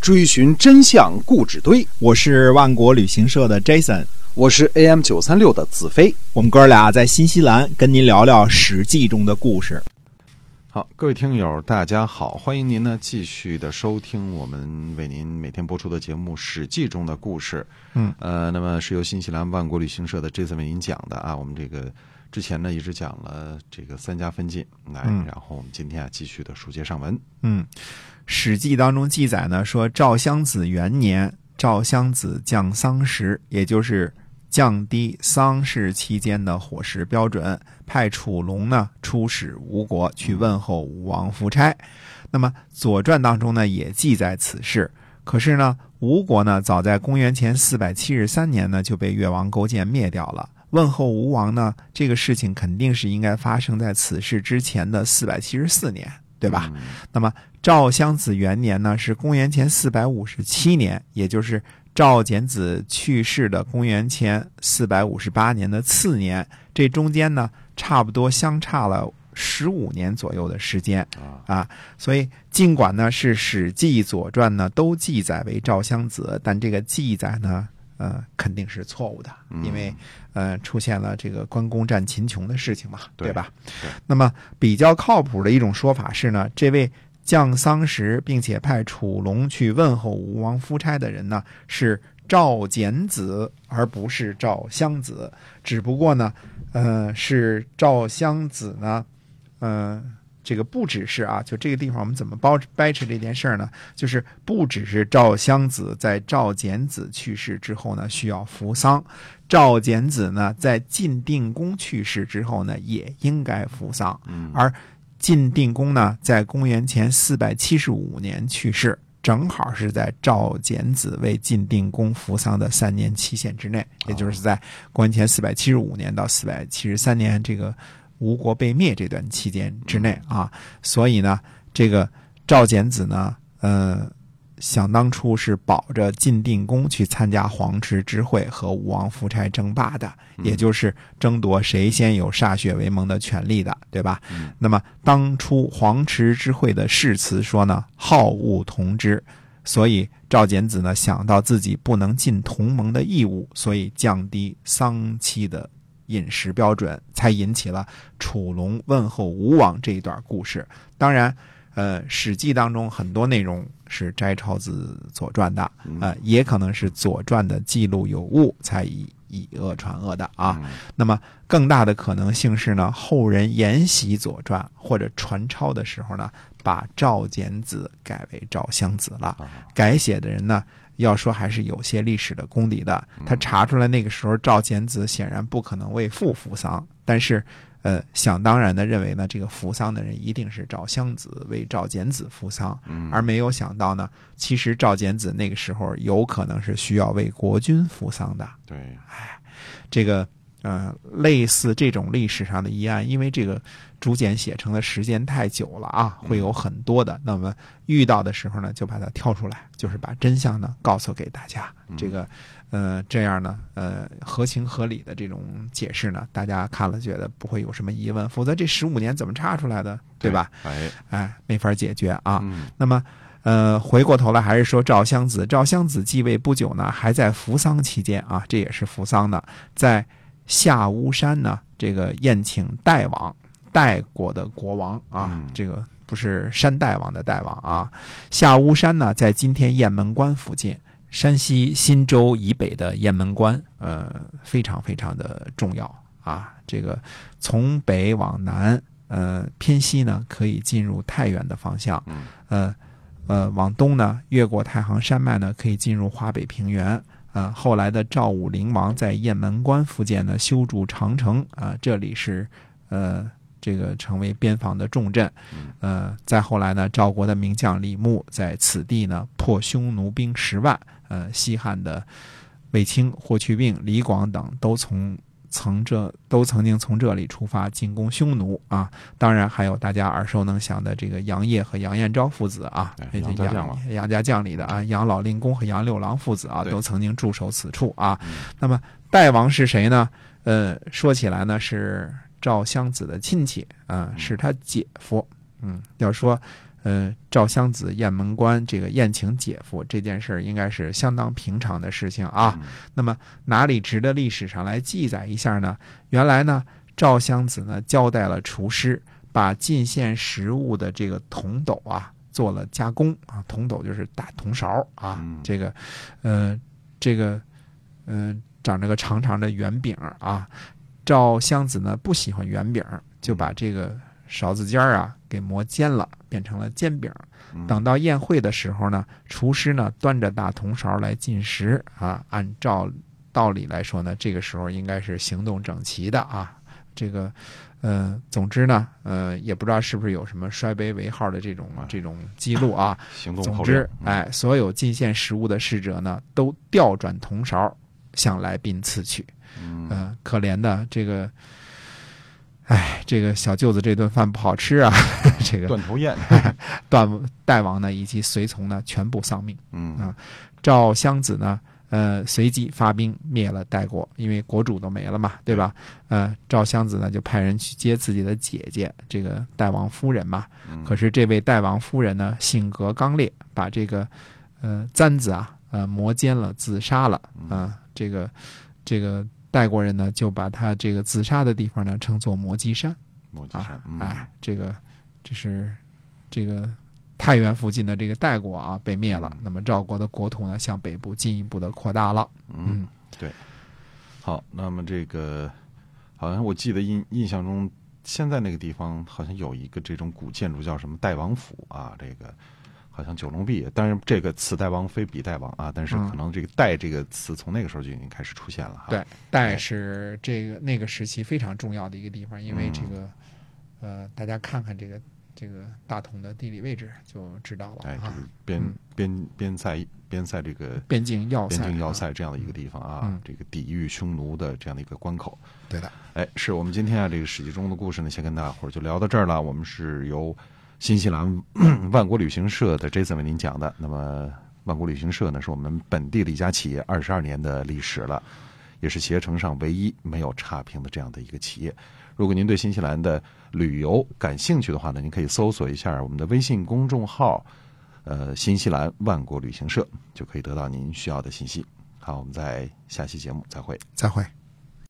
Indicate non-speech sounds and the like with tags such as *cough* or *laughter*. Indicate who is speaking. Speaker 1: 追寻真相故纸堆。
Speaker 2: 我是万国旅行社的 Jason，
Speaker 1: 我是 AM 九三六的子飞。
Speaker 2: 我们哥俩在新西兰跟您聊聊《史记》中的故事。
Speaker 3: 好，各位听友，大家好，欢迎您呢继续的收听我们为您每天播出的节目《史记》中的故事。
Speaker 2: 嗯，
Speaker 3: 呃，那么是由新西兰万国旅行社的 Jason 为您讲的啊。我们这个之前呢一直讲了这个三家分晋，来，
Speaker 2: 嗯
Speaker 3: 然后我们今天啊继续的书接上文。
Speaker 2: 嗯，《史记》当中记载呢，说赵襄子元年，赵襄子降丧时，也就是降低丧事期间的伙食标准，派楚龙呢出使吴国去问候吴王夫差。那么《左传》当中呢也记载此事。可是呢，吴国呢早在公元前四百七十三年呢就被越王勾践灭掉了。问候吴王呢，这个事情肯定是应该发生在此事之前的四百七十四年，对吧？
Speaker 3: 嗯？
Speaker 2: 那么赵襄子元年呢，是公元前四百五十七年，也就是赵简子去世的公元前四百五十八年的次年。这中间呢，差不多相差了十五年左右的时间
Speaker 3: 啊，
Speaker 2: 啊。所以，尽管呢是《史记》《左传呢》都记载为赵襄子，但这个记载呢。呃，肯定是错误的，因为、呃出现了这个关公战秦琼的事情嘛，
Speaker 3: 对
Speaker 2: 吧？
Speaker 3: 对
Speaker 2: 那么比较靠谱的一种说法是呢，这位降丧时并且派楚龙去问候吴王夫差的人呢，是赵简子，而不是赵襄子。只不过呢，呃，是赵襄子呢，呃。这个不只是啊，就这个地方我们怎么包掰扯这件事儿呢？就是不只是赵襄子在赵简子去世之后呢需要扶丧，赵简子呢在晋定公去世之后呢也应该扶丧。
Speaker 3: 嗯
Speaker 2: 而晋定公呢，在公元前四百七十五年去世，正好是在赵简子为晋定公扶丧的三年期限之内，也就是在公元前四百七十五年到四百七十三年这个吴国被灭这段期间之内啊。所以呢，这个赵简子呢，呃。想当初是保着晋定公去参加黄池之会和吴王夫差争霸的，也就是争夺谁先有歃血为盟的权利的，对吧？那么当初黄池之会的誓词说呢，好恶同之，所以赵简子呢想到自己不能尽同盟的义务，所以降低丧期的饮食标准，才引起了楚龙问候吴王这一段故事。当然，呃，《史记》当中很多内容是摘抄自《左传》的，
Speaker 3: 嗯
Speaker 2: 呃，也可能是《左传》的记录有误，才以以讹传讹的啊。那么更大的可能性是呢，后人沿袭《左传》或者传抄的时候呢，把赵简子改为赵襄子了。改写的人呢，要说还是有些历史的功底的。他查出来那个时候赵简子显然不可能为父扶丧，但是。呃，想当然的认为呢，这个扶丧的人一定是赵襄子为赵简子扶丧，
Speaker 3: 嗯
Speaker 2: 而没有想到呢，其实赵简子那个时候有可能是需要为国君扶丧的，
Speaker 3: 对，
Speaker 2: 这个呃，类似这种历史上的疑案，因为这个竹简写成的时间太久了啊，会有很多的。那么遇到的时候呢，就把它挑出来，就是把真相呢告诉给大家。这个呃，这样呢，呃，合情合理的这种解释呢，大家看了觉得不会有什么疑问，否则这十五年怎么查出来的，对吧？？
Speaker 3: 哎，
Speaker 2: 哎，没法解决啊。
Speaker 3: 嗯
Speaker 2: 那么，呃，回过头来还是说赵襄子，赵襄子继位不久呢，还在扶丧期间啊，这也是扶丧的，在下巫山呢，这个宴请代王，代国的国王啊，
Speaker 3: 嗯
Speaker 2: 这个不是山大王的大王啊，下巫山呢，在今天雁门关附近。山西忻州以北的雁门关，呃，非常非常的重要啊。这个从北往南，呃，偏西呢可以进入太原的方向，
Speaker 3: 嗯
Speaker 2: 呃呃，往东呢，越过太行山脉呢，可以进入华北平原。呃，后来的赵武灵王在雁门关附近呢修筑长城啊、这里是呃这个成为边防的重镇。
Speaker 3: 嗯
Speaker 2: 呃，再后来呢，赵国的名将李牧在此地呢破匈奴兵十万。呃，西汉的卫青、霍去病、李广等都从曾这都曾经从这里出发进攻匈奴啊。当然还有大家耳熟能详的这个杨业和杨延昭父子啊
Speaker 3: 哎，
Speaker 2: 这
Speaker 3: 杨家将嘛嗯
Speaker 2: 杨杨家将里的啊，杨老令公和杨六郎父子啊，
Speaker 3: 对
Speaker 2: 都曾经驻守此处啊
Speaker 3: 嗯。
Speaker 2: 那么代王是谁呢？呃，说起来呢是赵襄子的亲戚啊、
Speaker 3: 嗯
Speaker 2: 是他姐夫。嗯，要说呃，赵襄子雁门关这个宴请姐夫这件事儿，应该是相当平常的事情
Speaker 3: 嗯
Speaker 2: 啊。那么哪里值得历史上来记载一下呢？原来呢，赵襄子呢交代了厨师，把进献食物的这个铜斗啊做了加工啊，铜斗就是大铜勺啊，
Speaker 3: 嗯
Speaker 2: 这个，呃，这个，嗯、长着个长长的圆饼儿啊。赵襄子呢不喜欢圆饼儿，就把这个勺子尖儿啊给磨尖了，变成了煎饼儿。
Speaker 3: 嗯
Speaker 2: 等到宴会的时候呢，厨师呢端着大铜勺来进食啊。按照道理来说呢，这个时候应该是行动整齐的啊。这个，呃，总之呢，呃，也不知道是不是有什么摔杯为号的这种
Speaker 3: 啊
Speaker 2: 这种记录啊。
Speaker 3: 行动嗯
Speaker 2: 总
Speaker 3: 口
Speaker 2: 之
Speaker 3: 令，，
Speaker 2: 哎，所有进献食物的侍者呢，都调转铜勺向来宾赐去。
Speaker 3: 嗯，嗯
Speaker 2: 嗯，可怜的这个，哎，这个小舅子这顿饭不好吃啊， *laughs* 这个
Speaker 3: 断头宴，
Speaker 2: 段大王呢以及随从呢全部丧命。
Speaker 3: 嗯
Speaker 2: 啊赵襄子呢，呃，随即发兵灭了代国，因为国主都没了嘛，对吧？呃，赵襄子呢就派人去接自己的姐姐，这个代王夫人嘛。
Speaker 3: 嗯
Speaker 2: 可是这位代王夫人呢，性格刚烈，把这个呃簪子啊，呃磨尖了，自杀了啊、这个这个代国人呢，就把他这个自杀的地方呢，称作摩鸡山
Speaker 3: 莫吉
Speaker 2: 啊
Speaker 3: 山，，嗯
Speaker 2: 哎，这个这是这个太原附近的这个代国啊被灭了
Speaker 3: 嗯，
Speaker 2: 那么赵国的国土呢，向北部进一步的扩大了。
Speaker 3: 嗯，对。好，那么这个好像我记得印印象中，现在那个地方好像有一个这种古建筑叫什么代王府啊，这个好像九龙壁，当然这个此代王非彼代王啊，但是
Speaker 2: 嗯
Speaker 3: 可能这个“代”这个词从那个时候就已经开始出现了哈。
Speaker 2: 对代是这个那个时期非常重要的一个地方，因为
Speaker 3: 嗯
Speaker 2: 这个，呃，大家看看这个这个大同的地理位置就知道了
Speaker 3: 哎，就
Speaker 2: 啊
Speaker 3: 是。边
Speaker 2: 嗯
Speaker 3: 边边塞边塞这个
Speaker 2: 边境要塞，
Speaker 3: 边境要
Speaker 2: 啊，
Speaker 3: 塞这样的一个地方啊
Speaker 2: 嗯，
Speaker 3: 这个抵御匈奴的这样的一个关口。
Speaker 2: 对的。
Speaker 3: 哎，是我们今天啊这个《史记》中的故事呢，先跟大伙儿就聊到这儿了。我们是由新西兰 *coughs* 万国旅行社的 Jason 为您讲的。那么，万国旅行社呢，是我们本地的一家企业，二十二年的历史了，也是携程上唯一没有差评的这样的一个企业。如果您对新西兰的旅游感兴趣的话呢，您可以搜索一下我们的微信公众号，呃，新西兰万国旅行社，就可以得到您需要的信息。好，我们在下期节目再会。
Speaker 2: 再会。